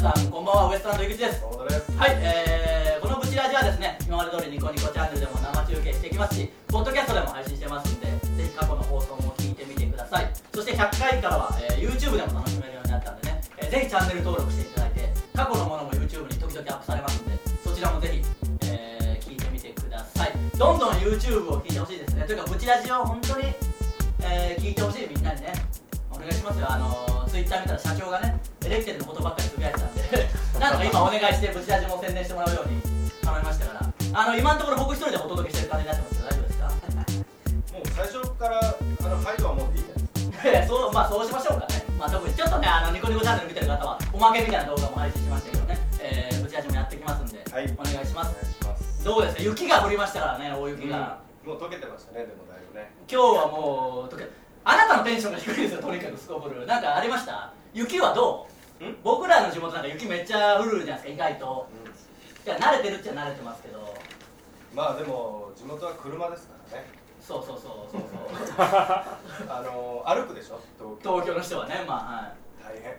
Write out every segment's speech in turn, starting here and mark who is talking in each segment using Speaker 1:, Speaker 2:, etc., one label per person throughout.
Speaker 1: スタンド井口です。
Speaker 2: 山本です
Speaker 1: はい、えー、このブチラジはですね、今まで通りニコニコチャンネルでも生中継していきますし、ポッドキャストでも配信してますんで、ぜひ過去の放送も聞いてみてください。そして100回からは、えー YouTube でも楽しめるようになったんでね、えーぜひチャンネル登録していただいて、過去のものも YouTube に時々アップされますんで、そちらもぜひ、えー聞いてみてください。どんどん YouTube を聞いてほしいですね。というか、ブチラジを本当に、えー聞いてほしいみんなにね、お願いしますよ。あのー、Twitter 見たら社長がね、レクテルのことばっかりつぶやいてたんで。 なんとか今お願いしてブチラジも宣伝してもらうように頼みましたからあの今のところ僕一人でお届けしてる感じになってますけど大丈夫ですか
Speaker 2: もう最初からあのはいとは思っていいんじゃないです
Speaker 1: ええ そうまあそうしましょうかねまあ特にちょっとねあのニコニコチャンネル見てる方はおまけみたいな動画も配信しましたけどね、えー、ブチラジもやってきますんで
Speaker 2: かはい
Speaker 1: お願いしま
Speaker 2: お
Speaker 1: す
Speaker 2: 願いします
Speaker 1: どうですか雪が降りましたからね大雪が、
Speaker 2: もう溶けてましたねでもだいぶね
Speaker 1: 今日はもうとけあなたのテンションが低いですよとにかくすこぶるなんかありました雪はどうん僕らの地元なんか雪めっちゃ降るじゃないですか意外といや慣れてるっちゃ慣れてますけど
Speaker 2: まあでも地元は車ですからね
Speaker 1: そうそうそうそうそう
Speaker 2: あの歩くでしょ東京
Speaker 1: 東京の人はねま
Speaker 2: 大変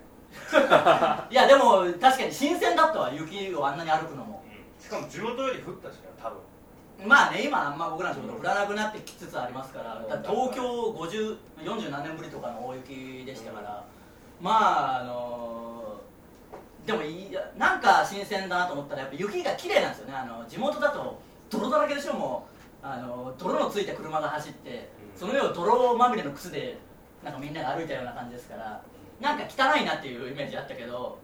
Speaker 1: あはいいやでも確かに新鮮だったわ雪をあんなに歩くのも
Speaker 2: しかも地元より降ったしね多分
Speaker 1: まあね今あんま僕らの仕事降らなくなってきつつありますからだから東京50 40何年ぶりとかの大雪でしたからまああのでもいいやなんか新鮮だなと思ったらやっぱ雪が綺麗なんですよねあの地元だと泥だらけでしょもうあの泥のついた車が走って
Speaker 2: うん
Speaker 1: その上を泥まみれの靴でなんかみんなが歩いたような感じですからなんか汚いなっていうイメージあったけど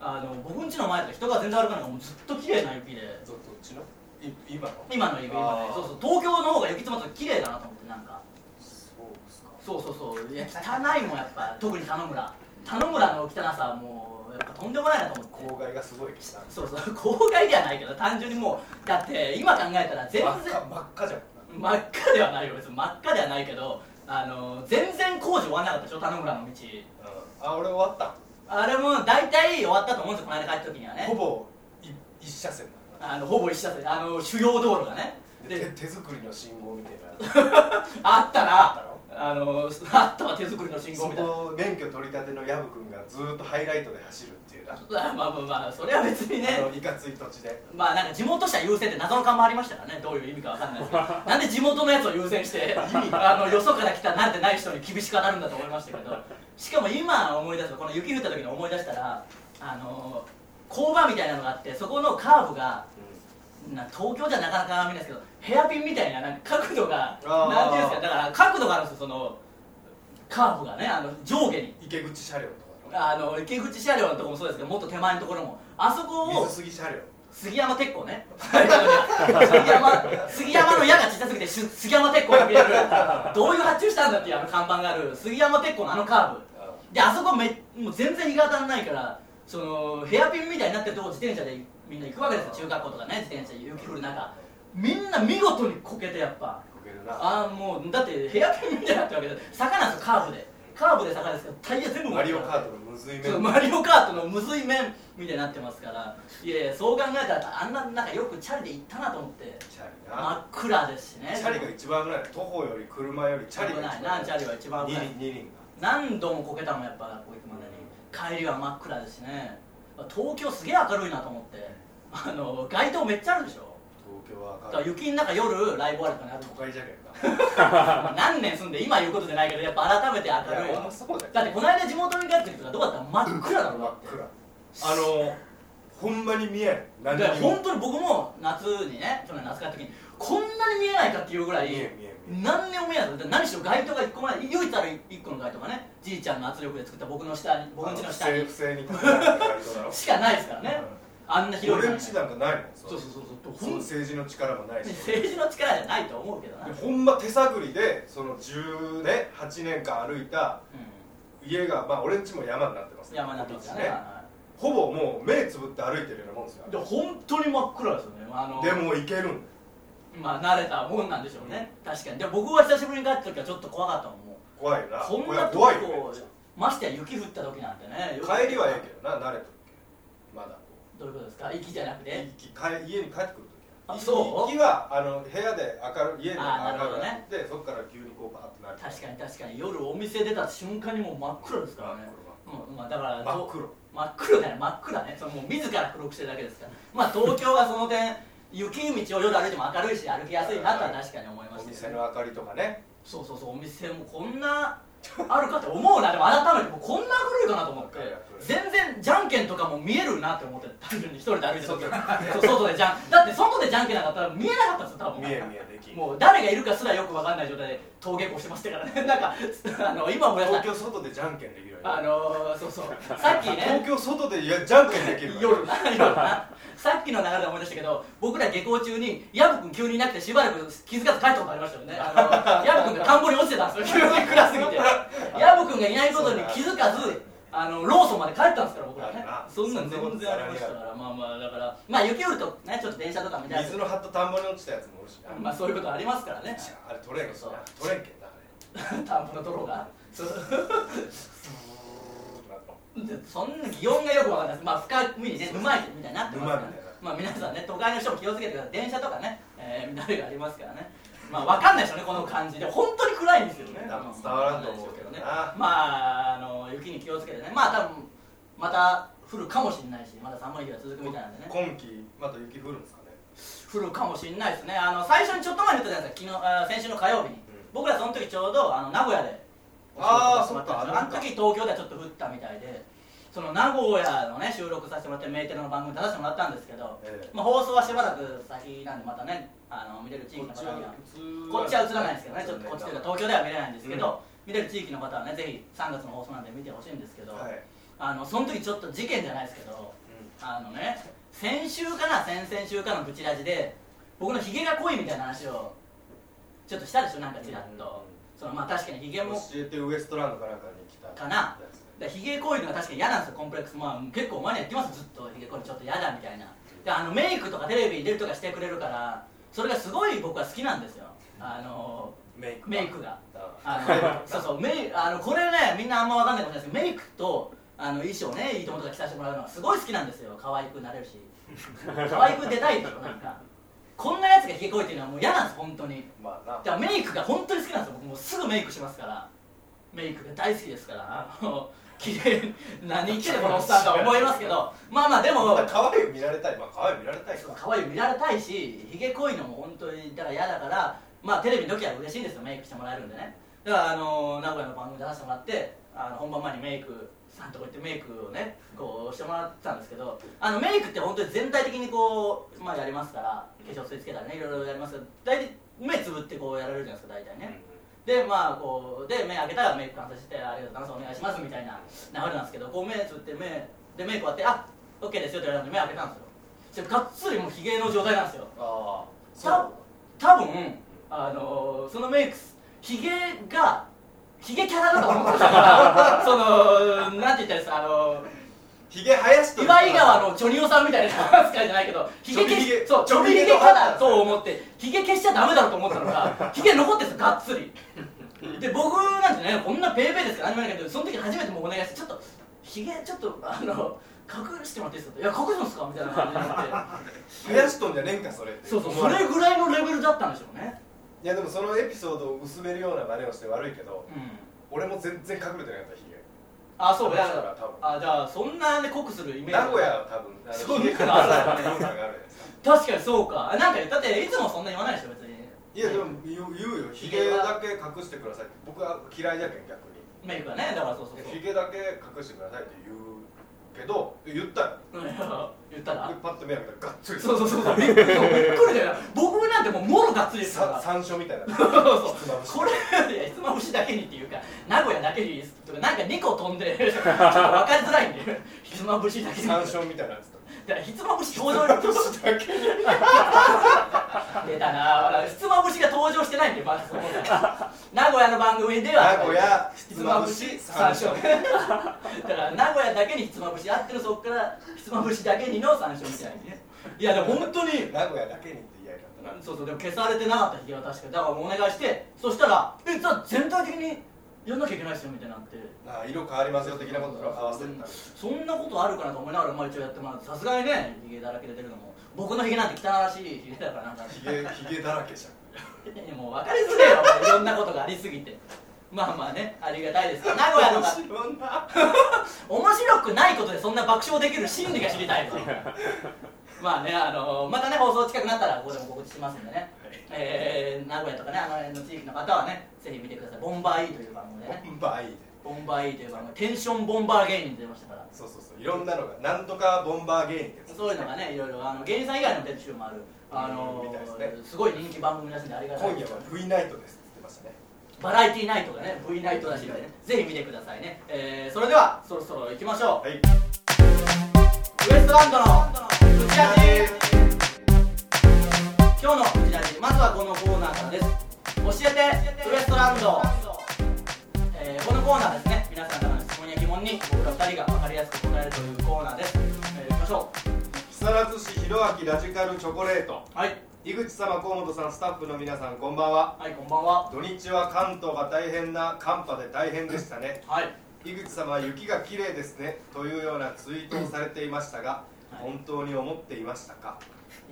Speaker 1: あの僕ん家の前とか人が全然歩かないからもうずっと綺麗な雪で
Speaker 2: どどっちのい今の
Speaker 1: 今の雪今
Speaker 2: あ
Speaker 1: ね
Speaker 2: ー
Speaker 1: そうそう東京の方が雪積もって綺麗だなと思ってなんか
Speaker 2: そうですか
Speaker 1: そうそうそういや汚いもんやっぱ特に田野村田野村の汚さはもうやっぱとんでもないなと思って
Speaker 2: 公害がすごい来た
Speaker 1: そうそう公害ではないけど単純にもうだって今考えたら全然
Speaker 2: 真っ赤真っ赤じゃん
Speaker 1: 真っ赤ではないよ別に真っ赤ではないけどあの全然工事終わんなかったでしょ田野村の道
Speaker 2: うんあ俺終わった
Speaker 1: あれも大体終わったと思うんですよこの間帰った時には
Speaker 2: ほ
Speaker 1: ね
Speaker 2: ぼい一車線だな
Speaker 1: あのほぼ一車線あの主要道路がね
Speaker 2: で
Speaker 1: で
Speaker 2: 手手作りの信号みたいな
Speaker 1: あった
Speaker 2: あった
Speaker 1: な
Speaker 2: ろ
Speaker 1: あのあったわ手作り の信
Speaker 2: そ
Speaker 1: 号みたいな
Speaker 2: こ免許取り立ての薮君がずーっとハイライトで走るっていうなあ
Speaker 1: まあまあまあそれは別にね
Speaker 2: のいかつい土地で
Speaker 1: まあなんか地元者優先って謎の感もありましたからねどういう意味かわかんないですけ どなんで地元のやつを優先してあのよそから来た慣れてない人に厳しく当たるんだと思いましたけどしかも今思い出すとこの雪降った時に思い出したらあの工場みたいなのがあってそこのカーブがな東京じゃなかなか見ないですけどヘアピンみたいななんか角度が
Speaker 2: あー
Speaker 1: なんていうんですかだから角度があるんですよそのカーブがねあの上下に
Speaker 2: 池口車両とか
Speaker 1: あの池口車両のところもそうですけどもっと手前のところもあそこ
Speaker 2: の
Speaker 1: を
Speaker 2: 水杉車両
Speaker 1: 杉山鉄鋼ね杉山杉山の矢が小さすぎてし杉山鉄鋼に見えるどういう発注したんだっていうあの看板がある杉山鉄鋼のあのカーブであそこめもう全然日が当たらないからそのヘアピンみたいになってるとこ自転車でみんな行くわけですよ中学校とかね自転車雪降る中みんな見事にこけてやっぱ
Speaker 2: こけるな
Speaker 1: ああもうだってヘアピンみたいになってるわけで坂なんですよカーブでカーブで坂ですけどタイヤ全部
Speaker 2: マリオカ
Speaker 1: ト
Speaker 2: ートのむずい目
Speaker 1: そう マリオカートの無水面みたいになってますからいやいやそう考えたらあんななんかよくチャリで行ったなと思って
Speaker 2: チャリ
Speaker 1: 真
Speaker 2: な
Speaker 1: っ暗ですしね
Speaker 2: チャリが一番危ない徒歩より車よりチャリ
Speaker 1: 危な
Speaker 2: が
Speaker 1: い
Speaker 2: 一
Speaker 1: な
Speaker 2: 番
Speaker 1: チャリは一番危ない
Speaker 2: 二輪二輪が
Speaker 1: 何度もこけたもんやっぱこういつまでに帰りは真っ暗ですしね東京すげえ明るいなと思ってあの街灯めっちゃあるでしょ
Speaker 2: 東京は
Speaker 1: だか
Speaker 2: 明
Speaker 1: ら
Speaker 2: るい
Speaker 1: 雪の中夜ライブあるとかなる
Speaker 2: 都
Speaker 1: と
Speaker 2: 会じゃね
Speaker 1: か何年住んで今言うことじゃないけどやっぱ改めて
Speaker 2: えか
Speaker 1: 明るい
Speaker 2: いやほん
Speaker 1: わ
Speaker 2: まそうだよ
Speaker 1: だってこの間地元に帰った時とかどうだった真っ暗だろだ
Speaker 2: 真
Speaker 1: っ
Speaker 2: って暗あのほんまに見えない
Speaker 1: で
Speaker 2: 何に
Speaker 1: 本
Speaker 2: も
Speaker 1: 当に僕も夏にね去年夏帰った時にこんなに見えないかっていうぐらい
Speaker 2: 見えん見えん見えん
Speaker 1: 何にも見えないです何しろ街灯が1個前唯一ある1個の街灯がねじいちゃんの圧力で作った僕の下に僕ん家の下
Speaker 2: あ
Speaker 1: に
Speaker 2: 不正不正に立てられた街灯だろ
Speaker 1: しかないですからねあんな広い
Speaker 2: 俺
Speaker 1: の
Speaker 2: ん
Speaker 1: に
Speaker 2: ち
Speaker 1: そう
Speaker 2: なんかないもん
Speaker 1: そうそうそう
Speaker 2: そ
Speaker 1: ほ
Speaker 2: の
Speaker 1: ん
Speaker 2: 政治の力もないし
Speaker 1: 政治の力じゃないと思うけどな、うん、
Speaker 2: ほんま手探りでその10年8年間歩いた家がまあ俺んちも山になってます
Speaker 1: 山になってますからねは
Speaker 2: ほぼもう目つぶって歩いてるようなもんですよ
Speaker 1: いで本当に真っ暗ですよねあの
Speaker 2: でも行けるんだよ
Speaker 1: まあ慣れたもんなんでしょうね、確かにで僕が久しぶりに帰った時はちょっと怖かったもんもう
Speaker 2: 怖いよな
Speaker 1: こん
Speaker 2: これ
Speaker 1: な
Speaker 2: は
Speaker 1: と
Speaker 2: 怖い
Speaker 1: こ
Speaker 2: よね
Speaker 1: ましてや雪降った時なんてね
Speaker 2: 帰りはええけどな慣れとるけどまだ
Speaker 1: どういうことですか息じゃなくて
Speaker 2: 行き帰家に帰ってくる
Speaker 1: あ
Speaker 2: 時
Speaker 1: そう
Speaker 2: 行きはあの部屋で明るい家で
Speaker 1: あーなる
Speaker 2: 明
Speaker 1: ほ
Speaker 2: る
Speaker 1: ど
Speaker 2: くな
Speaker 1: ね
Speaker 2: ってそっから急にこうバーってなる
Speaker 1: 確かに確かに夜お店出た瞬間にもう真っ暗ですからね、
Speaker 2: 真
Speaker 1: うんまあ、だから
Speaker 2: っ黒真っ
Speaker 1: と真っ黒
Speaker 2: 黒
Speaker 1: だね真っ暗ねそのもう自ら黒くしてるだけですからまあ東京はその点雪道を夜歩いても明るいし歩きやすいなとは確かに思いま
Speaker 2: お
Speaker 1: した
Speaker 2: 店
Speaker 1: よね
Speaker 2: の明かりとかね
Speaker 1: そうそうそうお店もこんなあるかって思うなでも改めてもうこんな明るいかなと思って
Speaker 2: 明るい
Speaker 1: 全然じゃんけんとかも見えるなって思って単純に一人で歩いてた時そう外でじゃんだって外でじゃんけんなんかったら見えなかったんですよ多分
Speaker 2: 見え見えでき
Speaker 1: もう誰がいるかすらよくわかんない状態で登下校してましたからねなんかあの今もやった
Speaker 2: 東京外でじゃんけんできるよね
Speaker 1: あのー、そうそうさっきね
Speaker 2: 東京外でいやじゃんけんできるから
Speaker 1: 夜な夜なさっきの流れで思い出したけど僕ら下校中に薮君急にいなくてしばらく気づかず帰ったことありましたよね あの薮君が田んぼに落ちてたん ですよ急に暗すぎて薮君がいないことに気づかずあのローソンまで帰ったんですから僕らね
Speaker 2: ああ
Speaker 1: そんなん全然ありましたからまあまあだからまあ雪降るとねちょっと電車とかみたいな
Speaker 2: 水の張った田んぼに落ちたやつもおるしな
Speaker 1: まあそういうことありますからね
Speaker 2: あれ取れんけどな取れんけんなあれ
Speaker 1: 田んぼの泥 がそう
Speaker 2: ブーッとなったもん
Speaker 1: そんな擬音がよくわかんないですまあ深みにね沼いみたいになってますから、
Speaker 2: 沼み
Speaker 1: ね
Speaker 2: たいな、
Speaker 1: まあ皆さんね都会の人も気をつけてください電車とかね、えー、乱れがありますからねまあわかんないでしょうねこの感じで本当に暗いんですよね
Speaker 2: ね
Speaker 1: 多分
Speaker 2: 伝わらんと思うけどね
Speaker 1: まああの雪に気をつけてねまあ多分また降るかもしれないしまだ寒い日が続くみたいなんでね
Speaker 2: 今季また雪降るんですかね
Speaker 1: 降るかもしれないですねあの最初にちょっと前に言ったじゃないですか昨日あー先週の火曜日に、僕らその時ちょうどあの名古屋でお仕事
Speaker 2: あー
Speaker 1: させてもらったんです
Speaker 2: そっか
Speaker 1: あの時東京ではちょっと降ったみたいでその名古屋のね収録させてもらってメーテルの番組出させてもらったんですけど、
Speaker 2: ええ
Speaker 1: まあ、放送はしばらく先なんでまたねあの見れる地域の方にはこっちは映らないですけどねちょっとこっちというか東京では見れないんですけど、見れる地域の方はねぜひ3月の放送なんで見てほしいんですけど、
Speaker 2: はい
Speaker 1: あのその時ちょっと事件じゃないですけどあのね先週かな先々週かのブチラジで僕のヒゲが濃いみたいな話をちょっとしたでしょなんかちらっ
Speaker 2: うんうんうん
Speaker 1: とそのまあ確かにヒゲもだか
Speaker 2: 教えてウエストランドかなんかに来た
Speaker 1: かならヒゲ濃いのが確かに嫌なんですよコンプレックスまあ結構前にやってますずっとヒゲ濃いのちょっと嫌だみたいなであのメイクとかテレビに出るとかしてくれるからそれがすごい僕は好きなんですよあの
Speaker 2: メイク
Speaker 1: メイクが
Speaker 2: あ
Speaker 1: あのそうそうメイあのこれねみんなあんま分かんないかもしれないですけどメイクとあの衣装ねいいともとか着させてもらうのがすごい好きなんですよ可愛くなれるし可愛く出たいでしょなんかこんなやつがひげこいっていうのはもう嫌なんです本当に
Speaker 2: まあな
Speaker 1: だからメイクが本当に好きなんですよ僕もうすぐメイクしますからメイクが大好きですからあの綺麗に何言ってんのこのおっさんとは思いますけどまあまあでも
Speaker 2: まあ可愛い見られたいまあ可愛い見られたいか
Speaker 1: 可愛い見られたいしひげ濃いのも本当にだから嫌だからまあテレビの時は嬉しいんですよメイクしてもらえるんでねだからあの名古屋の番組出させてもらってあの本番前にメイクさんとこ行ってメイクをねこうしてもらってたんですけどあのメイクって本当に全体的にこう、まあ、やりますから化粧水つけたりねいろいろやりますけど大体目つぶってこうやられるじゃないですか大体ね、でまあこうで目開けたらメイク完成して「ありがとうございますお願いします」みたいな流れなんですけどこう目つぶって目でメイク終わって「あオッケーですよ」って言われたんで目開けたんですよそれがっつりもうひげの状態なんですよ
Speaker 2: ああ
Speaker 1: た多分あのーそのメイクひげがひげキャラだと思ってたからそのなんて言ったらいいですかあのー
Speaker 2: ひげ生やしと
Speaker 1: 岩井川のジョニオさんみたいな扱いじゃないけどひげ
Speaker 2: ちょびひ
Speaker 1: 消
Speaker 2: げ
Speaker 1: しそうち
Speaker 2: ちょ
Speaker 1: ょび
Speaker 2: び
Speaker 1: ひ
Speaker 2: ひ
Speaker 1: げキ
Speaker 2: げと
Speaker 1: ャラと思ってひげ消しちゃダメだろうと思ったの がひげ残ってるんですよがっつりで僕なんてねこんなペーペーですから何もないけどその時初めてもうお願いしてちょっとひげちょっとあの隠してもらっていいですかいや隠すんですかみたいな感じになって
Speaker 2: 生やしとんじゃねえんかそれって
Speaker 1: そうそうそれぐらいのレベルだったんでしょうね
Speaker 2: いやでもそのエピソードを薄めるような真似をして悪いけど
Speaker 1: うん
Speaker 2: 俺も全然隠れてなかったひげ
Speaker 1: あそうだか
Speaker 2: 多分
Speaker 1: らあじゃあそんなね濃くするイメージ
Speaker 2: 名古屋は多分あの
Speaker 1: そう
Speaker 2: ひげからさ文化があるやつ
Speaker 1: 確かに そうかあなんかだっていつもそんな言わないでしょ別に
Speaker 2: いやでも言う言うよひげだけ隠してくださいって僕は嫌いじゃけん逆に
Speaker 1: メイクはねだからそうそうそう
Speaker 2: ひげだけ隠してくださいって言うけど言ったよ
Speaker 1: うん言ったら
Speaker 2: でパッと目開けたらがっつり
Speaker 1: そうそうそうそうびっくりびっくりだよ僕なんてもうもろがっつりですから
Speaker 2: さ山椒みたいな
Speaker 1: そうそう
Speaker 2: ひつまぶ し
Speaker 1: これいやひつまぶしだけにっていうか名古屋だけにですとかなんか2個飛んでちょっと分かりづらいんでひつまぶしだけに
Speaker 2: 山椒みたいなやつと
Speaker 1: だからひつまぶし登場出たなひつまぶしが登場してないんでまずそこが名古屋の番組では
Speaker 2: 名古屋ひつまぶし山
Speaker 1: だ
Speaker 2: 椒
Speaker 1: から名古屋だけにひつまぶしあってるそっからひつまぶしだけにの山椒みたいにねいやでも本当に
Speaker 2: 名古屋だけにって言い合いだったな
Speaker 1: そうそうでも消されてなかったひげは確かにだからもうお願いしてそしたら「えじゃあ全体的にやんなきゃいけないですよ」みたいになって
Speaker 2: あ色変わりますよ的なことと合わせるため
Speaker 1: そんなことあるかなと思いながらまあ一応やってもらってさすがにねひげだらけで出るのも僕のひげなんて汚らしいひげだからなん か
Speaker 2: ひげひげだらけじゃ
Speaker 1: いやもう分かりづらいわもういろんなことがありすぎてまあまあねありがたいですけど名古屋の
Speaker 2: ん
Speaker 1: 方
Speaker 2: 白いな
Speaker 1: 面白くないことでそんな爆笑できる心理が知り たいのまあねあのまたね放送近くなったらここでも告知しますんでね、えー名古屋とかねあの辺の地域の方はねぜひ見てください「ボンバーイ」という番組でね
Speaker 2: ボンバーいいね
Speaker 1: ボンバーイという番組テンションボンバー芸人出ましたから
Speaker 2: そうそうそういろんなのがなんとかボンバー芸人ってやつ
Speaker 1: そういうのがねいろいろあの芸人さん以外の特集もあるあの
Speaker 2: みたいですね
Speaker 1: すごい人気番組らしいんでありがたい
Speaker 2: 今夜は V ナイトですって言ってましたね
Speaker 1: バラエティナイトがね V ナイトらしいんでねぜひ見てくださいね、えーそれではそろそろ行きましょう
Speaker 2: はい
Speaker 1: ウエストランドのブチラジ今日のブチラジまずはこのコーナーからです教えてウエストランド、えーこのコーナーですね皆さんからの質問や疑問に僕ら2人が分かりやすく答えるというコーナーです、えー、行きましょ
Speaker 2: 木更津市弘明ラジカルチョコレート
Speaker 1: うはい
Speaker 2: 井口様河本さんスタッフの皆さんこんばんは
Speaker 1: はいこんばんは
Speaker 2: 土日は関東が大変な寒波で大変でしたね
Speaker 1: はい
Speaker 2: 井口様雪が綺麗ですねというようなツイートをされていましたが、
Speaker 1: はい
Speaker 2: 本当に思っていましたか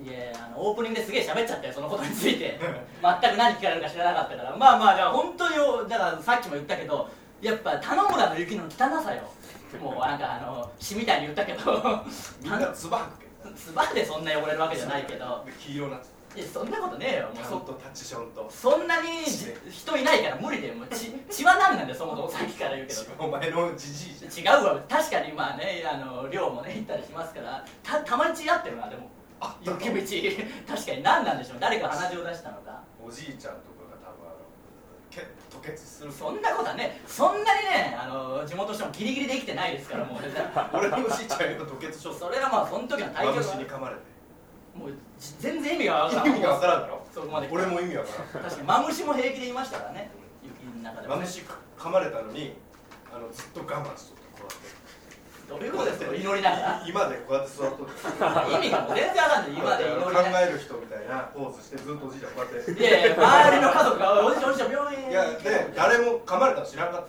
Speaker 1: いやあのオープニングですげえ喋っちゃったよそのことについて全く何聞かれるか知らなかったからまあまあじゃあ本当におだからさっきも言ったけどやっぱ頼むなの雪の汚さよもうなんかあの詩みたいに言ったけ ど
Speaker 2: みんなつば吐くけど
Speaker 1: つばでそんな汚れるわけじゃないけど
Speaker 2: で黄色になっちゃ
Speaker 1: いやそんなことねえよ
Speaker 2: うち
Speaker 1: もう
Speaker 2: ゃ
Speaker 1: んそ
Speaker 2: とタッチションと
Speaker 1: そんなにじ人いないから無理だよもう血血は何なんだよそもそもさっきから言うけど
Speaker 2: お前のじじいじ
Speaker 1: 違うわ確かにまあねあの寮もね行ったりしますからたたまに血合ってるなでも
Speaker 2: ゃんあ
Speaker 1: 雪道 確かに何なんでしょう誰か鼻血を出したのか
Speaker 2: おじいちゃんとかが多分あのけ吐血する
Speaker 1: そんなことはねそんなにねあの地元してもギリギリできてないですからもう
Speaker 2: 俺のおじいちゃんが吐血症
Speaker 1: それがまあその時の
Speaker 2: ま
Speaker 1: 体
Speaker 2: ぶ
Speaker 1: 験
Speaker 2: し
Speaker 1: は
Speaker 2: に噛まれて
Speaker 1: もうじ全然意味がわから
Speaker 2: 意
Speaker 1: ない
Speaker 2: 味がわからんだろ
Speaker 1: そこまで来た
Speaker 2: 俺も意味わからん
Speaker 1: 確かにマムシも平気でいましたからね雪の中でも
Speaker 2: マ
Speaker 1: ね
Speaker 2: ムシ噛まれたのにあのずっと我慢しとってこ
Speaker 1: どう
Speaker 2: う
Speaker 1: い
Speaker 2: や
Speaker 1: う
Speaker 2: って
Speaker 1: ことですよ祈りながら
Speaker 2: い今でこうやって座っとって
Speaker 1: 意味がもう全然わかんない今で祈
Speaker 2: 考
Speaker 1: りながら
Speaker 2: える人みたいなポーズしてずっとおじいちゃんこうやって
Speaker 1: いやいや周りの家族が「おじいちゃんおじいちゃん病院
Speaker 2: いやで誰も噛まれたの知らんかっ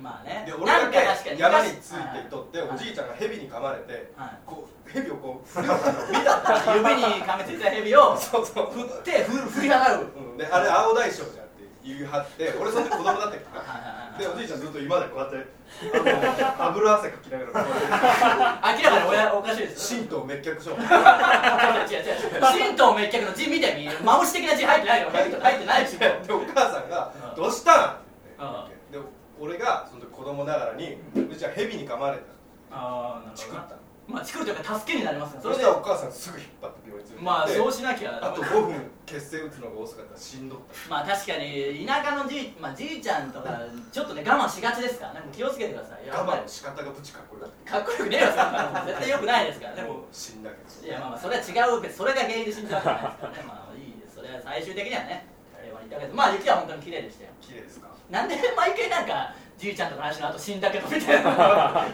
Speaker 1: まあ
Speaker 2: た
Speaker 1: ね
Speaker 2: で俺
Speaker 1: な
Speaker 2: だ
Speaker 1: んか確か
Speaker 2: け
Speaker 1: に
Speaker 2: 山についていっ
Speaker 1: と
Speaker 2: とっておじいちゃんが蛇に噛まれて
Speaker 1: はい
Speaker 2: こう蛇をこう振り払ったのを見た
Speaker 1: 指に噛みついた蛇を振
Speaker 2: そうそう
Speaker 1: ってふ振り上がる
Speaker 2: うんであれ青大将じゃんって言い張って俺その時子供だったけど な
Speaker 1: はいはいはい
Speaker 2: でおじいちゃんずっと今までこうや ってあの油汗かきながらこうやっ
Speaker 1: 明らかにおやおかしいで
Speaker 2: て
Speaker 1: すよ
Speaker 2: 神道滅却しよ う
Speaker 1: 違う違う違う神道滅却の字見てみマムシ的な字入ってないよ入って入ってないしも
Speaker 2: でお母さんが「どうしたん?」って言ってで俺がその時子供ながらにうちは蛇に噛まれた
Speaker 1: ああなる
Speaker 2: チ
Speaker 1: ほ
Speaker 2: ク
Speaker 1: ど
Speaker 2: った
Speaker 1: なまあチクるというか助けになりますねそ
Speaker 2: そ
Speaker 1: れ
Speaker 2: し
Speaker 1: で
Speaker 2: たらお母さんすぐ引っ張って病院連れてって
Speaker 1: まあそうしなきゃ
Speaker 2: あと5分血清打つのが遅かったらしんどっ
Speaker 1: まあ確かに田舎のじい,、まあ、じいちゃんとかちょっとね我慢しがちですからねもう気をつけてくださいい
Speaker 2: た
Speaker 1: や
Speaker 2: 我慢の仕方がぶちかっこよかっ
Speaker 1: かっこよくねえよそんなの絶対よくないですから
Speaker 2: た
Speaker 1: ねも
Speaker 2: もう死んだけ
Speaker 1: う
Speaker 2: ど
Speaker 1: いやまあまあそれは違うけどそれが原因で死んじゃうじゃないですからねまあいいですそれは最終的にはね平和にいたけどまあ雪は本当に綺麗でしたよ
Speaker 2: 綺麗ですか
Speaker 1: なんで毎回なんかじいちゃんとの話の後死んだけどみたいな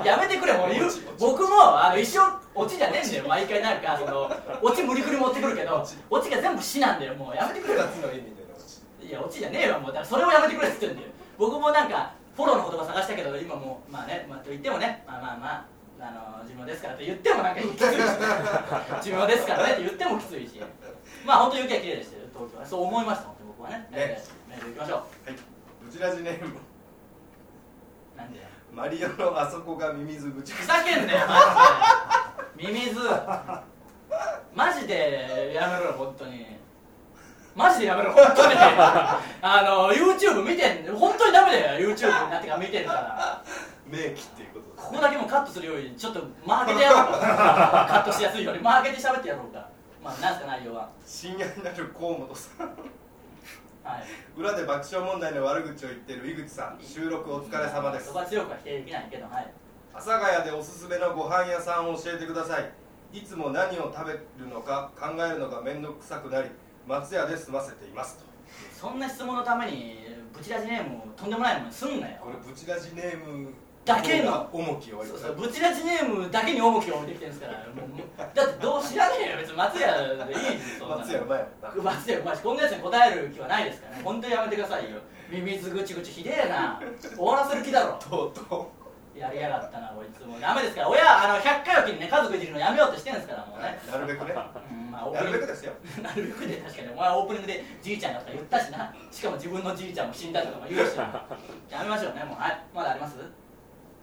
Speaker 1: やめてくれもう言う
Speaker 2: 落ち落ち
Speaker 1: 僕もあの一生オチじゃねえんだよ毎回なんかそのオチ無理くり持ってくるけど
Speaker 2: 落ち
Speaker 1: オチが全部死なんだよもうやめてくれよ
Speaker 2: 2つの意味でのうち
Speaker 1: いやオチじゃねえわもうだからそれをやめてくれって言ってんだよ僕もなんかフォローの言葉探したけど今もうまあねまあと言ってもねまあまあまああの寿命ですからって言ってもなんかきついし 寿命ですからねって言ってもきついしまあ本当に雪は綺麗でしたよ東京はねそう思いました本当に僕はねえ
Speaker 2: ね
Speaker 1: ーメール行きましょう
Speaker 2: はいブチラジネーム
Speaker 1: なんでだよ
Speaker 2: マリオのあそこがミミズブチ
Speaker 1: ふ
Speaker 2: ク
Speaker 1: ざけんなよマジでミミズマジでやめろよ本当にマジでやめろよ本 当にあの YouTube 見てん本当にダメだよ YouTube なんてか見てるから
Speaker 2: 名機っていうことです
Speaker 1: ここだけもカットするよりちょっとマーケてやろ うかカットしやすいようにマーケて喋ってやろうかまあなんすか内容は
Speaker 2: 深夜になる河本さん
Speaker 1: はい
Speaker 2: 裏で爆笑問題の悪口を言ってる井口さん収録お疲れ様です
Speaker 1: そこは強くは否定できないけどはい
Speaker 2: 阿佐ヶ谷でおすすめのご飯屋さんを教えてくださいいつも何を食べるのか考えるのが面倒くさくなり松屋で済ませていますと
Speaker 1: そんな質問のためにブチラジネームをとんでもないものにすんなよ
Speaker 2: これブチラジネーム
Speaker 1: だけの
Speaker 2: 重きを置い
Speaker 1: そう
Speaker 2: て
Speaker 1: そうブチラジネームだけに重きを置いてきてるんですからもうもうだってどう知らねえよ別に松屋でいいですそんな
Speaker 2: 松屋うまいもんな
Speaker 1: 松屋うまいしこんなやつに答える気はないですからね本当にやめてくださいよミミズぐちぐちひでえな終わらせる気だろ
Speaker 2: とうと
Speaker 1: やりやがったなこいつもうダメですから親あの100回おきにね家族いじるのやめようってしてるんですからもうね
Speaker 2: うなるべくね
Speaker 1: うんまあオー
Speaker 2: な
Speaker 1: プニ
Speaker 2: る
Speaker 1: ン
Speaker 2: べ
Speaker 1: グ
Speaker 2: くですよ
Speaker 1: なるべくで確かにお前オープニングでじいちゃんだとか言ったしなしかも自分のじいちゃんも死んだとかも言うしやめましょうねもうはいまだあります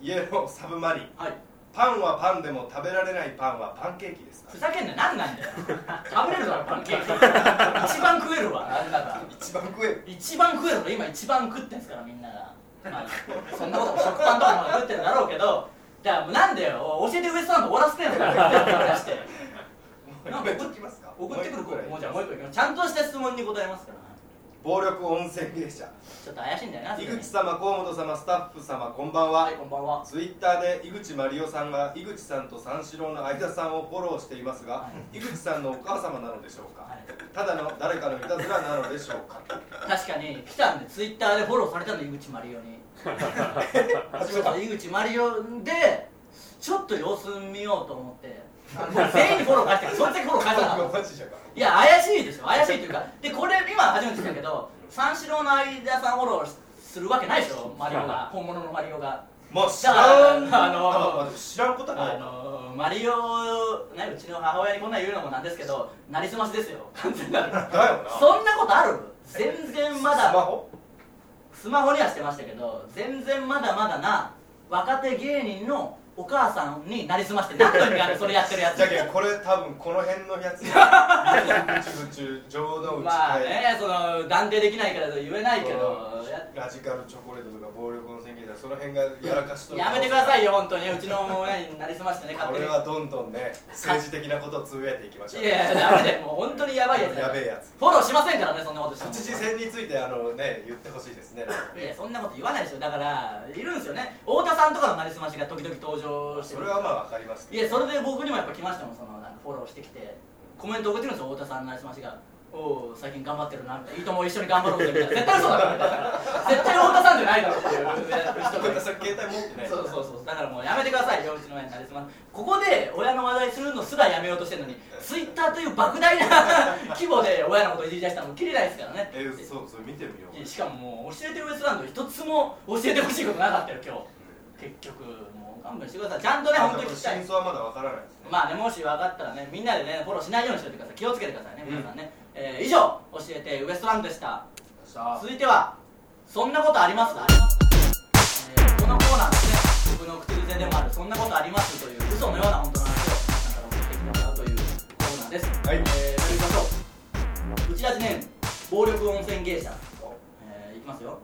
Speaker 2: イエローサブマリン
Speaker 1: はい
Speaker 2: パンはパンでも食べられないパンはパンケーキですか
Speaker 1: ふざけんな何なんだよ食べれるだろパンケーキ 一番食えるわあんなが
Speaker 2: 一番食える
Speaker 1: 一番食えるの今一番食ってんすからみんなが、まあ、そんなことも食パンとかも食ってるだろうけどだからもうなんでよお教えてウエストランド終わらせてんのから 出して
Speaker 2: もう一個いきますか
Speaker 1: 送ってくる子
Speaker 2: もう一個ぐ
Speaker 1: も
Speaker 2: ら
Speaker 1: う
Speaker 2: い
Speaker 1: じゃあもう一個いきますちゃんとした質問に答えますから
Speaker 2: 暴力温泉芸者
Speaker 1: ちょっと怪しいんだよなそ
Speaker 2: 井
Speaker 1: れ
Speaker 2: 口様河本様スタッフ様こんばんは、
Speaker 1: はいこんばんは
Speaker 2: ツイッターで井口まりおさんが井口さんと三四郎の間さんをフォローしていますが、
Speaker 1: は
Speaker 2: 井口さんのお母様なのでしょうか、
Speaker 1: はい
Speaker 2: ただの誰かのいたずらなのでしょうか
Speaker 1: 確かに来たんでツイッターでフォローされたの井口まりおにちょっと井口まりおでちょっと様子見ようと思ってあの僕全員にフォロー返してるその時フォロー返さなかった
Speaker 2: マジじゃか
Speaker 1: いや怪しいでしょ怪しいというかでこれ今初めて知ったけど三四郎の相田さんフォローするわけないでしょマリオが 本物のマリオが
Speaker 2: もう知らん
Speaker 1: だからあのー
Speaker 2: あまあ知らんことはな
Speaker 1: あ
Speaker 2: い
Speaker 1: のマリオねうちの母親にこんなん言うのもなんですけどなりすましですよ 完全なる
Speaker 2: だよな
Speaker 1: そんなことある全然ま
Speaker 2: スマ
Speaker 1: だ
Speaker 2: ホ
Speaker 1: スマホにはしてましたけど全然まだまだな若手芸人のお母さんになりすまして何の意味があるそれやってるやつ
Speaker 2: じゃけんこれ多分この辺の やつや宇宙宇宙情の内
Speaker 1: まあ
Speaker 2: 海、
Speaker 1: ねその断定できないから言えないけどや
Speaker 2: ラジカルチョコレートとか暴力の宣言者その辺がやらかしとる
Speaker 1: やめてくださいよ、本当に、うちのもうね、なりすましてね、勝
Speaker 2: こ
Speaker 1: 手
Speaker 2: れ
Speaker 1: に。
Speaker 2: はどんどんね政治的なことをつぶやいていきましょう
Speaker 1: いやいや、ダメだよ、もう本当にやばいやつだから。
Speaker 2: やべえやつ
Speaker 1: フォローしませんからね、そんなことしても。
Speaker 2: 都知事選についてあのね言ってほしいですね
Speaker 1: いや、そんなこと言わないでしょ、だから、いるんですよね、太田さんとかのなりすましが時々登場して
Speaker 2: そ
Speaker 1: く
Speaker 2: れ
Speaker 1: る。
Speaker 2: はまあわかります
Speaker 1: い
Speaker 2: けど
Speaker 1: や、それで僕にもやっぱ来ましたもん、そのなんかフォローしてきて、コメント送ってくるんですよ、太田さんのなりすましが。おお、最近頑張ってるな、みたいな。いいとも一緒に頑張ろうぜ、みたいな。絶対嘘だから、だから絶対太田さんじゃないだろっていう人が
Speaker 2: 私は携帯持ってな い
Speaker 1: そうそうそうだからもうやめてくださいようちの親になりすまここで親の話題するのすらやめようとしてるのにツイッターという莫大な 規模で親のこといじり出したらもう切れないですからね
Speaker 2: えーそうそう見てみよう
Speaker 1: でしかももう教えてウエストランド一つも教えてほしいことなかったよ今日結局もう勘弁してくださいちゃんとね
Speaker 2: あ
Speaker 1: 本当
Speaker 2: こ
Speaker 1: に
Speaker 2: れ
Speaker 1: 聞きたい
Speaker 2: 真相はまだわからないですね
Speaker 1: まあねもし分かったらねみんなでねフォローしないようにしておいてください気をつけてくださいね皆さんね、えー以上教えてウエストランドでした続いてはそんなことありますあります、えーこのコーナーですね僕の口癖でもあるそんなことありますという嘘のような本当の話を皆さんから送ってきてもらうというコーナーです
Speaker 2: はい
Speaker 1: えー、参りましょううちらじね暴力温泉芸者、えーいきますよ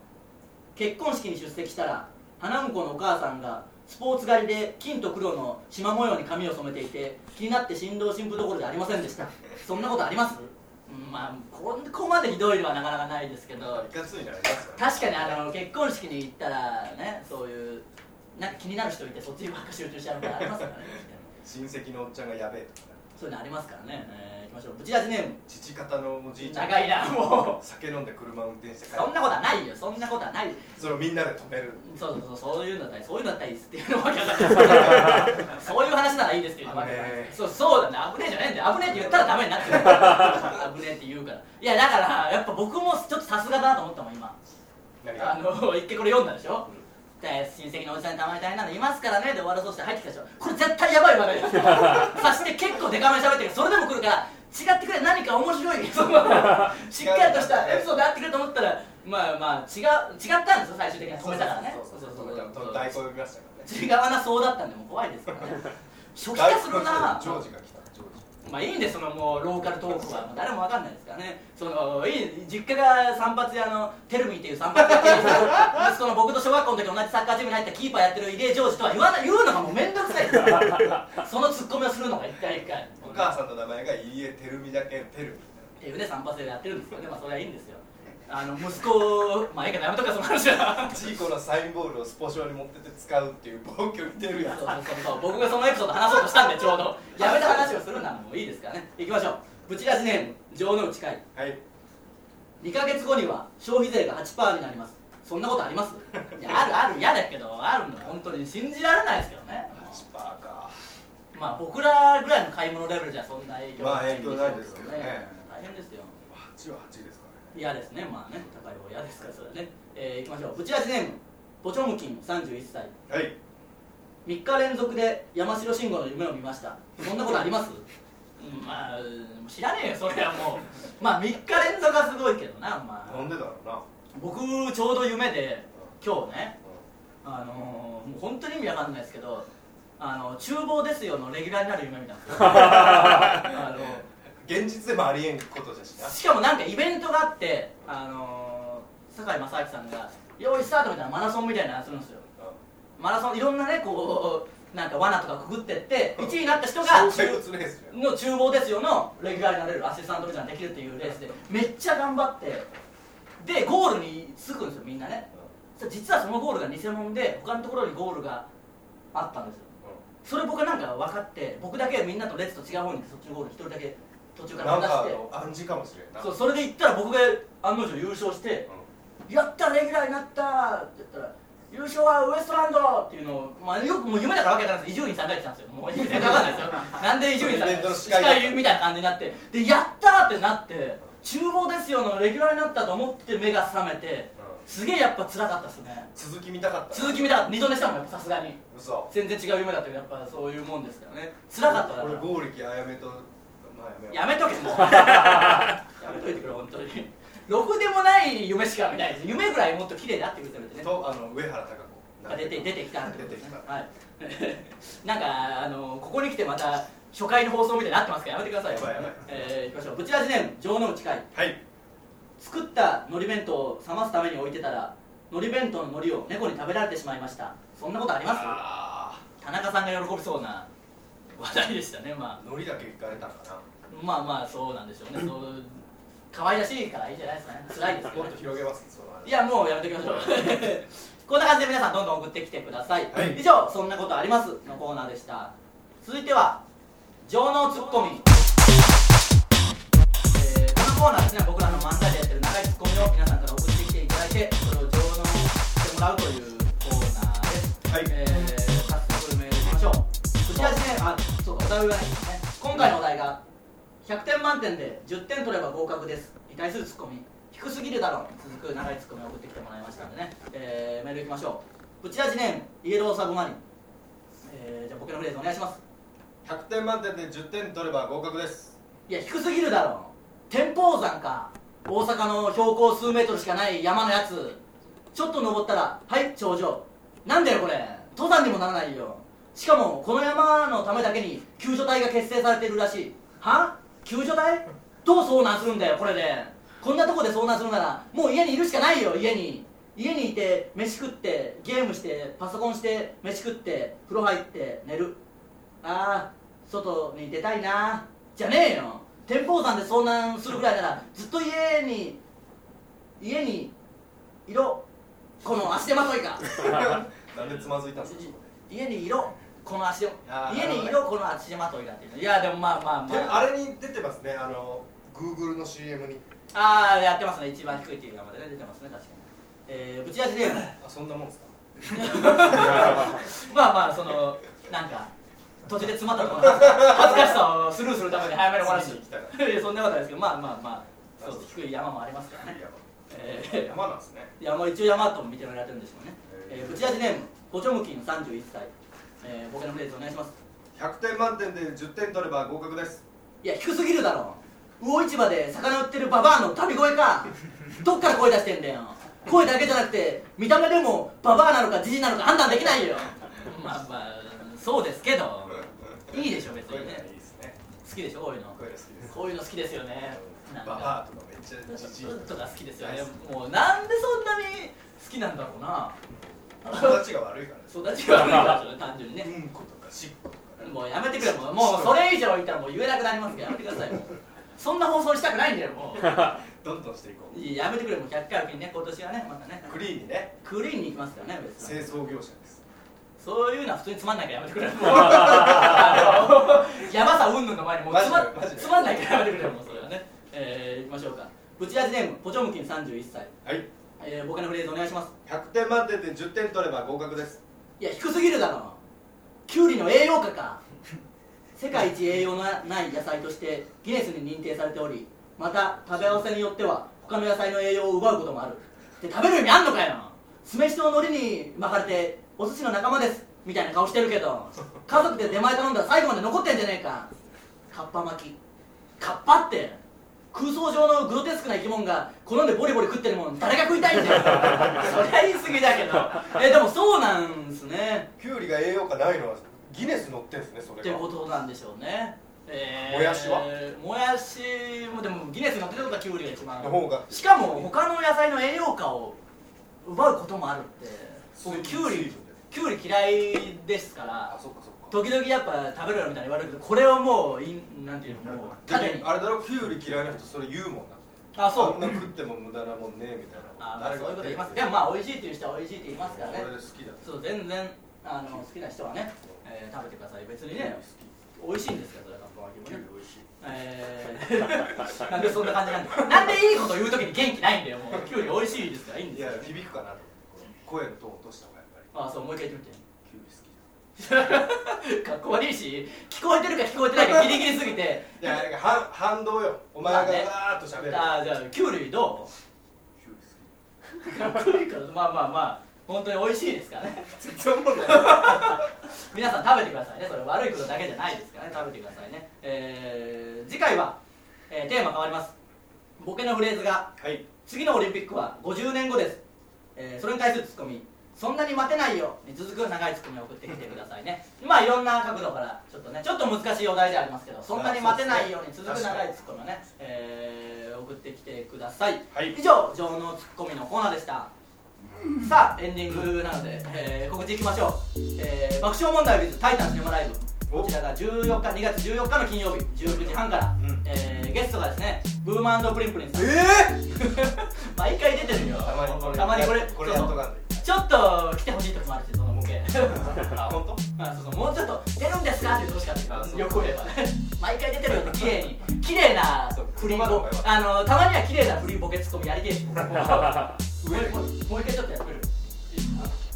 Speaker 1: 結婚式に出席したら花婿のお母さんがスポーツ狩りで金と黒の縞模様に髪を染めていて気になって新郎新婦どころじゃありませんでしたそんなことありますうんまあここまでひどいのはなかなかないですけど
Speaker 2: いかついなりますからね
Speaker 1: 確かにあの結婚式に行ったらねそういうなんか気になる人いてそっちにばっか集中しちゃうのありますからね
Speaker 2: 親戚のおっちゃんがやべえとかね
Speaker 1: そういうのありますからね、えー、いきましょうブチラジネーム
Speaker 2: 父方のおじいちゃん
Speaker 1: 長いなも
Speaker 2: 酒飲んで車運転して
Speaker 1: う
Speaker 2: 帰る
Speaker 1: そんなことはないよそんなことはない
Speaker 2: それをみんなで止める
Speaker 1: そうそうそうそういうのだったりそういうのだったりですっていうのわけわかんないですそういう話ならいいですっていうのわけわかんない
Speaker 2: 危ねえ
Speaker 1: そうそうだね危ねえじゃねえんだよ危ねえって言ったらダメになってる危ねえって言うからいやだからやっぱ僕もちょっとさすがだなと思ったもん今
Speaker 2: 何
Speaker 1: あ
Speaker 2: が
Speaker 1: の一回これ読んだでしょ、
Speaker 2: うん
Speaker 1: で親戚のおじさんにたまに大変なのいますからねで終わらそうして入ってきたでしょこれ絶対やばい話 題ですよさして結構デカめに喋ってるけどそれでも来るから違ってくれ何か面白 いそのしっかりとしたエピソードあってくれと思ったらまあまあ違う違ったんですよ最終的には止めたからね
Speaker 2: そうそうそうそうそう大根呼びましたからね
Speaker 1: 違わなそうだったんでもう怖いですからね 初期化するな
Speaker 2: ジョージが来たジョージ
Speaker 1: まあいいんですそのもうローカルトークはもう誰もわかんないですからねそのいい実家が散髪屋のテルミーっていう散髪屋っていう人息子の僕と小学校の時同じサッカーチームに入ったキーパーやってる入江ジョージとは言わない言うのがもう面倒くさいですからそのツッコミをするのが一回一回
Speaker 2: お母さんの名前が入江てるみだけてる
Speaker 1: っていうね散髪屋でやってるんですけどねまあそれはいいんですよあの息子をまあええけどやめとくかその話は
Speaker 2: ジーコのサインボールをスポ少に持ってって使うっていう暴挙に出るや
Speaker 1: そう
Speaker 2: つ
Speaker 1: そうそうそう僕がそのエピソード話そうとしたんでちょうどやめた話をするならもういいですからね行きましょうブチラジネーム城之内海
Speaker 2: はい
Speaker 1: 2ヶ月後には消費税が8%になりますそんなことあり ますいやあるある嫌だけどあるの本当に信じられないですけどね
Speaker 2: 8%か
Speaker 1: まあ僕らぐらいの買い物レベルじゃそんな影響
Speaker 2: まあ影響ないですけどね
Speaker 1: 大変ですよ
Speaker 2: 8は8ですからね
Speaker 1: 嫌ですねまあね高い方嫌ですからそれはねえー、いきましょうブチラジネームポチョムキン31歳
Speaker 2: はい
Speaker 1: 3日連続で山城慎吾の夢を見ましたそんなことありますうんまあ知らねえよそれはもうまあ3日連続はすごいけどなまあ
Speaker 2: なんでだろうな
Speaker 1: 僕ちょうど夢で今日ね、あのもう本当に意味わかんないですけどあの厨房ですよのレギュラーになる夢みたいなあの
Speaker 2: 現実でもありえんことじゃしな
Speaker 1: しかもなんかイベントがあって、あのー、堺正明さんが「用意スタート」みたいなマラソンみたいなのするんですよマラソンいろんなねこうなんか罠とかくぐってって1位になった人が
Speaker 2: 小生物レースじゃん
Speaker 1: の厨房ですよのレギュラーになれるアシスタントみたいなのできるっていうレースでめっちゃ頑張ってでゴールに着くんですよみんなねそ実はそのゴールが偽物で他のところにゴールがあったんですよそれ僕はなんか分かって僕だけみんなと列と違う方にそっちのゴールに一人だけ途中
Speaker 2: うん
Speaker 1: か
Speaker 2: な
Speaker 1: ら
Speaker 2: ん
Speaker 1: 出し
Speaker 2: かあ
Speaker 1: て
Speaker 2: の暗示かもしれんな
Speaker 1: そう
Speaker 2: う
Speaker 1: それで行ったら僕が案の定優勝して「やったレギュラーになった!」って言ったら「優勝はウエストランド!」っていうのを、まあ、よくもう夢だからわけじゃないです伊集院さんが言ってたんですよもう意味わかんないですよなんで伊集院さん
Speaker 2: イベント
Speaker 1: が
Speaker 2: の
Speaker 1: 司
Speaker 2: 司
Speaker 1: 会
Speaker 2: 会
Speaker 1: みたいな感じになってで「やった!」ってなって「厨房ですよ」のレギュラーになったと思って目が覚めて
Speaker 2: ん
Speaker 1: すげえやっぱ辛かったですね
Speaker 2: 続き見たかった
Speaker 1: 続き見たら二度寝したもんやっぱさすがに
Speaker 2: 嘘
Speaker 1: 全然違う夢だったけどやっぱそういうもんですからね辛かっただか
Speaker 2: 俺
Speaker 1: ら
Speaker 2: 剛力あやめとまあやめよう
Speaker 1: やめとけもう やめといてくれ本当にろくでもない夢しか見ないです夢ぐらいもっと綺麗だって言ってるんでね
Speaker 2: とあの上原貴
Speaker 1: が
Speaker 2: 子
Speaker 1: 出て出てきたってこと
Speaker 2: 出
Speaker 1: で
Speaker 2: て
Speaker 1: す
Speaker 2: き
Speaker 1: ね
Speaker 2: た
Speaker 1: はい なんかあのここに来てまた初回の放送みたいになってますからやめてくださいよ
Speaker 2: やばいやばい
Speaker 1: えー、いきましょうブチラジネーム城之内海
Speaker 2: はい
Speaker 1: 作った海苔弁当を冷ますために置いてたら海苔弁当の海苔を猫に食べられてしまいましたそんなことありま
Speaker 2: あ
Speaker 1: す田中さんが喜びそうな話題でしたねまあ
Speaker 2: ー海苔だけいかれたんか
Speaker 1: まあまあそうなんでし ょうねそう可愛らしいからいいんじゃないですかね辛いです
Speaker 2: な
Speaker 1: けど
Speaker 2: もっ
Speaker 1: ね
Speaker 2: と広げますその話
Speaker 1: いやもうやめときましょう こんな感じで皆さんどんどん送ってきてください、
Speaker 2: はい
Speaker 1: 以上「そんなことあります」のコーナーでした続いては情能ツッコミ、えーこのコーナーですね僕らの漫才でやってる長いツッコミを皆さんから送ってきていただいてそれを情能してもらうというコーナーです、
Speaker 2: はい
Speaker 1: えー早速メールいきましょうこちらですねあそうかお題はないですね今回のお題が100点満点で10点取れば合格ですに対するツッコミ低すぎるだろ続く長いツッコミを送ってきてもらいましたんでね、えーメールいきましょうブチラジネームイエローサブマリン、えーじゃあボケのフレーズお願いします
Speaker 2: 100点満点で10点取れば合 格です
Speaker 1: いや低すぎるだろ天保山か大阪の標高数メートルしかない山のやつちょっと登ったらはい頂上なんだよこれ登山にもならないよしかもこの山のためだけに救助隊が結成されてるらしいは救助隊どう遭難するんだよこれでこんなとこで遭難するならもう家にいるしかないよ家に家にいて飯食ってゲームしてパソコンして飯食って風呂入って寝るああ外に出たいなじゃねえよ天保山で遭難するぐらいならずっと家に家にいろこの足手まといか
Speaker 2: なんでつまずいたんですか
Speaker 1: 家にいろこの足手
Speaker 2: あー
Speaker 1: 家にいろこの足手まといかっていういやでもまあまあ
Speaker 2: で
Speaker 1: まあ
Speaker 2: あれに出てますねあの Google の CM に
Speaker 1: ああやってますね一番低いっていうまでね出てますね確かにえー、ぶち味で
Speaker 2: あそんなもんですか
Speaker 1: まあまあそのなんか途中で詰まったところの恥ずかしさをスルーするために早めのお話
Speaker 2: 次に行きた
Speaker 1: いやそんなことないですけどまあまあまあそう低い山もありますからね、えー
Speaker 2: 山なんですね
Speaker 1: いや、まあ、一応山とも認められてるんですもんね。
Speaker 2: えー
Speaker 1: えー、ブチラジネーム、ポチョムキン三十一歳。えー、ボケのフレーズお願いします。
Speaker 2: 100点満点で10点取れば合格です
Speaker 1: いや、低すぎるだろ魚市場で魚売ってるババアの旅声か。どっから声出してんだよ。声だけじゃなくて、見た目でもババアなのかジジイなのか判断できないよ。まあまあ、そうですけど。いいでしょ別
Speaker 2: こうい
Speaker 1: に
Speaker 2: うのがい
Speaker 1: ね。
Speaker 2: いですね
Speaker 1: 好きでしょ、こういうの
Speaker 2: こ。ういうの好きです
Speaker 1: こういうの好きですよね。なん
Speaker 2: バ
Speaker 1: か。
Speaker 2: バアとかめっちゃじじい
Speaker 1: とか好きですよね。もう、なんでそんなに好きなんだろうな。
Speaker 2: 育ちが悪いからです
Speaker 1: 育ちが悪いからでしょ単純に
Speaker 2: う
Speaker 1: ね
Speaker 2: んことかしっことかね
Speaker 1: もうやめてくれもうもうそれ以上言ったらもう言えなくなりますからやめてくださいもうそんな放送にしたくないんだよも
Speaker 2: どんどんしていこ
Speaker 1: ういややめてくれもう100回を機にね今年はねまたね
Speaker 2: うクリーンにね
Speaker 1: クリーンに行きますからね別
Speaker 2: 清
Speaker 1: に
Speaker 2: 掃業者です
Speaker 1: そういうのは普通につまんないからやめてく れもうあのヤバさ云々の前にもうつま
Speaker 2: マジでマジで
Speaker 1: つまんないからやめてくれもうそれはねえー、いきましょうかブチラジネームポチョムキン31歳、
Speaker 2: はい
Speaker 1: えー、ボケのフレーズお願いします
Speaker 2: 100点満点で10点取れば合格です
Speaker 1: いや低すぎるだろキュウリの栄養価か世界一栄養のない野菜としてギネスに認定されておりまた食べ合わせによっては他の野菜の栄養を奪うこともあるで食べる意味あんのかよ酢飯と海苔に巻かれてお寿司の仲間ですみたいな顔してるけど家族で出前頼んだら最後まで残ってんじゃねえかカッパ巻きカッパって空想上のグロテスクな生き物が好んでボリボリ食ってるもん誰が食いたいん だよそりゃ言い過ぎだけどえでもそうなんですね
Speaker 2: きゅうりが栄養価ないのはギネス乗ってんですねそ
Speaker 1: っ
Speaker 2: れ
Speaker 1: て
Speaker 2: が
Speaker 1: ことなんでしょうねえー
Speaker 2: もやしは
Speaker 1: もやしもでもギネスになってることはキュウリが一番
Speaker 2: の方が
Speaker 1: しかも他の野菜の栄養価を奪うこともあるって僕キュウ
Speaker 2: 水
Speaker 1: リ
Speaker 2: 分で
Speaker 1: キュウリ嫌いですか
Speaker 2: あ
Speaker 1: ら
Speaker 2: そっかそっか
Speaker 1: 時々やっぱ食べろよみたいに言われるけどこれはもういんなんていうのもう
Speaker 2: だっ
Speaker 1: 縦
Speaker 2: て
Speaker 1: に
Speaker 2: あれだろきゅうり嫌いな人それ言うもんな
Speaker 1: あそう
Speaker 2: あんな食っても無駄なもんねみたい
Speaker 1: あ
Speaker 2: な
Speaker 1: まあ
Speaker 2: 誰
Speaker 1: そう
Speaker 2: が
Speaker 1: いうこと言います
Speaker 2: ね
Speaker 1: でもまあ美味しいっていう人は美味しいって言いますからね
Speaker 2: 俺好きだ
Speaker 1: そう全然あの好きな人はね、えー食べてください別にね美味しいんですからそれは卵
Speaker 2: きゅ
Speaker 1: 焼き
Speaker 2: う
Speaker 1: も
Speaker 2: り
Speaker 1: ね
Speaker 2: 美味しい
Speaker 1: えー なんでそんな感じなんだよなんでいいこと言う時に元気ないんだよもうきゅうり美味しいですからいいん
Speaker 2: い
Speaker 1: ですよ
Speaker 2: や響くかなと声のトーン落とした方がやっぱり
Speaker 1: あそうもう一回言って
Speaker 2: きゅうり好
Speaker 1: みてかっこ悪いし聞こえてるか聞こえてないかギリギリすぎて
Speaker 2: きじゃんいやなんか反反動よお前が
Speaker 1: まあね
Speaker 2: ガーッと喋る
Speaker 1: あーじゃあきゅう りど
Speaker 2: きゅうり
Speaker 1: うかっこいいからまあまあまあ本当に美味しいですからね
Speaker 2: 好き全然おもろない
Speaker 1: 皆さん食べてくださいねそれ悪いことだけじゃないですからね食べてくださいね、えー次回は、えーテーマ変わりますボケのフレーズが
Speaker 2: はい
Speaker 1: 次のオリンピックは50年後です、えーそれに対するツッコミそんなに待てないよに続く長いツッコミを送ってきてくださいねまあいろんな角度からちょっとねちょっと難しいお題ではありますけどそんなに待てないよに続く長いツッコミをね、えー送ってきてください、
Speaker 2: はい
Speaker 1: 以上情のツッコミのコーナーでしたさあエンディングなので、えー告知いきましょう、えー爆笑問題 with タイタンシネマライブ
Speaker 2: お
Speaker 1: こちらが14日2月14日の金曜日19時半から、
Speaker 2: うん
Speaker 1: えーゲストがですねブーマンプリンプリンさん
Speaker 2: ええ
Speaker 1: 毎回出てるよ
Speaker 2: たまにこれ
Speaker 1: たまにこれ
Speaker 2: これやっとかんで
Speaker 1: ちょっと来てほしい時もあるしそのボケ
Speaker 2: あ本当
Speaker 1: まあそうそうもうちょっと出るんですかって言ってほしかった
Speaker 2: あ
Speaker 1: け
Speaker 2: そ
Speaker 1: ど
Speaker 2: う
Speaker 1: よく言えばね毎回出てるよって綺麗に綺麗な
Speaker 2: そう
Speaker 1: フリー
Speaker 2: まだま
Speaker 1: ボ
Speaker 2: だ
Speaker 1: あのたまには綺麗なフリーボケツッコミやりてえし もう
Speaker 2: 上で
Speaker 1: もう一回ちょっとやってみる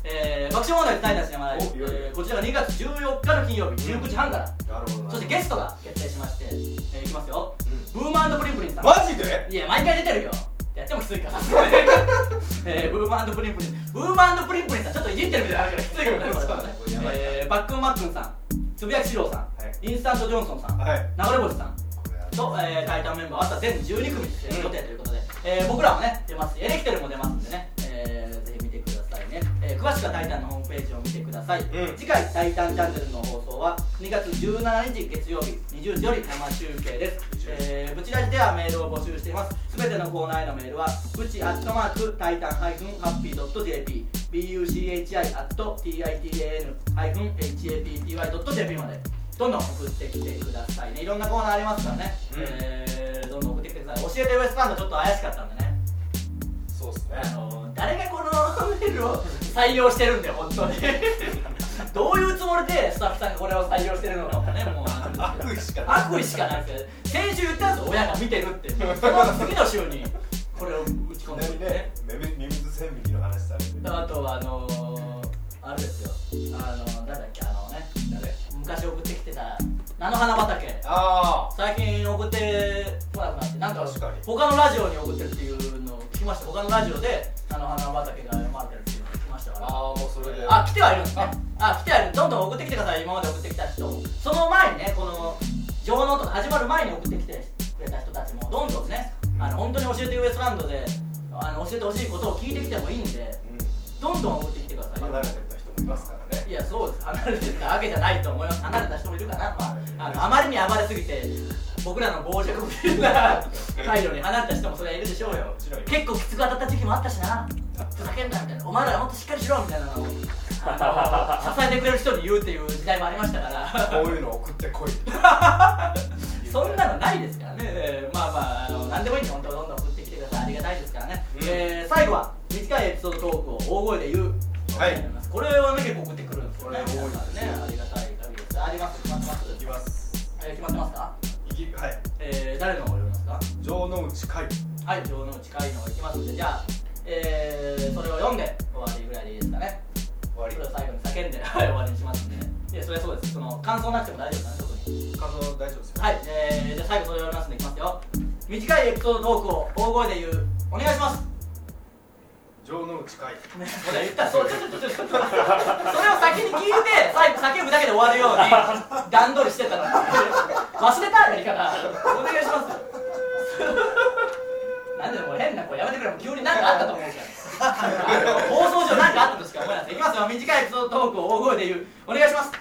Speaker 1: えー、爆笑問題伝えたしね、まだ、え
Speaker 2: おいいよいいよ
Speaker 1: ー、こちらが2月14日の金曜日19時半から、
Speaker 2: なるほどな
Speaker 1: そしてゲストが決定しまして、えー、いきますよ、
Speaker 2: う
Speaker 1: ブーマンプリンプリンさん
Speaker 2: マジで
Speaker 1: いや、毎回出てるよ。やってもきつい から。えー、ブーマンプリンプリン。ブーマンプリンプリンさん、ちょっといじってるみたいなあるから、きついけどね、これはね
Speaker 2: そうだねこれやばい
Speaker 1: えー、バックンマックンさん、つぶやきしろうさん、
Speaker 2: はい
Speaker 1: インスタントジョンソンさん、
Speaker 2: はい
Speaker 1: 流れ星さん
Speaker 2: これあ
Speaker 1: と、えー、タイタンメンバー、あとは全12組出演予定ということで、えー僕らもね、出ますし、エレキテルも出ますんでね、えー、ぜひ見てくださいね。えー詳しくはタイタンのホームページを見てください。
Speaker 2: うん
Speaker 1: 次回、タイタンチャンネルの放送は2月17日月曜日20時より生中継です。えー、ブチラジではメールを募集しています。すべてのコーナーへのメールは、ブチアットマークタイタンハイフンハッピードット JP、buchi アット titan ハイフン happy ドット JP まで。どんどん送ってきてくださいね。いろんなコーナーありますからね。
Speaker 2: うん
Speaker 1: えー、どんどん送ってきてください。教えてウエストランドちょっと怪しかったんでね。
Speaker 2: そうっすね
Speaker 1: あの誰がこのメールを採用してるんだよ本当にどういうつもりでスタッフさんがこれを採用してるのかもねもうあの
Speaker 2: 悪意しかない
Speaker 1: 悪意しかないですけど先週言ったんですよ親が見てるってもうその次の週にこれを打ち込んで
Speaker 2: いきな
Speaker 1: る
Speaker 2: りね
Speaker 1: ね
Speaker 2: ミミズ線引きの話されてる
Speaker 1: あとはあのー、あれですよあのー、誰だっけあのね
Speaker 2: 誰
Speaker 1: 昔送ってきてた菜の花畑
Speaker 2: あ
Speaker 1: 最近送ってこなくなってなんか
Speaker 2: 確かに
Speaker 1: 他のラジオに送ってるっていうのを聞きました他のラジオであの花畑が読まれてるっていうのを聞きました
Speaker 2: あ
Speaker 1: から
Speaker 2: ああもうそれで
Speaker 1: あ来てはいるんですねあ来てはいるどんどん送ってきてください今まで送ってきた人もその前にねこの情能とか始まる前に送ってきてくれた人たちもどんどんねあの本当に教えてウエストランドであの教えてほしいことを聞いてきてもいいんで
Speaker 2: う
Speaker 1: どんどん送ってきてくだ
Speaker 2: ん
Speaker 1: さいよ
Speaker 2: 離れてた人もいますからね
Speaker 1: いやそうです離れてたわけじゃないと思います離れた人もいるかな、まあ、あのあまりに暴れすぎて僕らの傍若無人な態度に離れた人もそれはいるでしょうよ
Speaker 2: もちろんいる
Speaker 1: 結構きつく当たった時期もあったしなふざけんなみたいなお前らもっとしっかりしろみたいなのをあの支えてくれる人に言うっていう時代もありましたから
Speaker 2: こういうの送ってこい
Speaker 1: そんなのないですからね、えーまあまああの何でもいいんで本当どんどん送ってきてくださいありがたいですからね、
Speaker 2: うん
Speaker 1: えー最後は短いエピソードトークを大声で言う
Speaker 2: はい
Speaker 1: これはね結構送ってくるんですよね
Speaker 2: これ多いです
Speaker 1: ねありがたい限りですあります決まってます
Speaker 2: いきます
Speaker 1: えー決まってますか
Speaker 2: いきはい
Speaker 1: えー、誰の方を読みますか
Speaker 2: 城之内海
Speaker 1: はい城之内海の方いきますんでじゃあえー、それを読んで終わりぐらいでいいですかね
Speaker 2: 終わり
Speaker 1: それを最後に叫んではい終わりにしますんでねいやそれはそうですその感想なくても大丈夫かな特に
Speaker 2: 感想大丈夫ですよ
Speaker 1: はい、えー、じゃあ最後それを読みますんでいきますよ短いエピソードトークを大声で言うお願いします
Speaker 2: 城之内海
Speaker 1: ねほら言ったらそうちょっとちょっとちょっとそれを先に聞いて最後叫ぶだけで終わるように段取りしてたの忘れたやり方お願いします 声で言うお願いします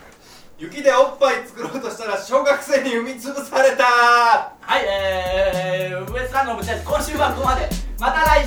Speaker 2: 雪でおっぱい作ろうとしたら小学生に踏みつぶされた
Speaker 1: はいえー、ウエストランドのぶちラジ今週はここまでまた来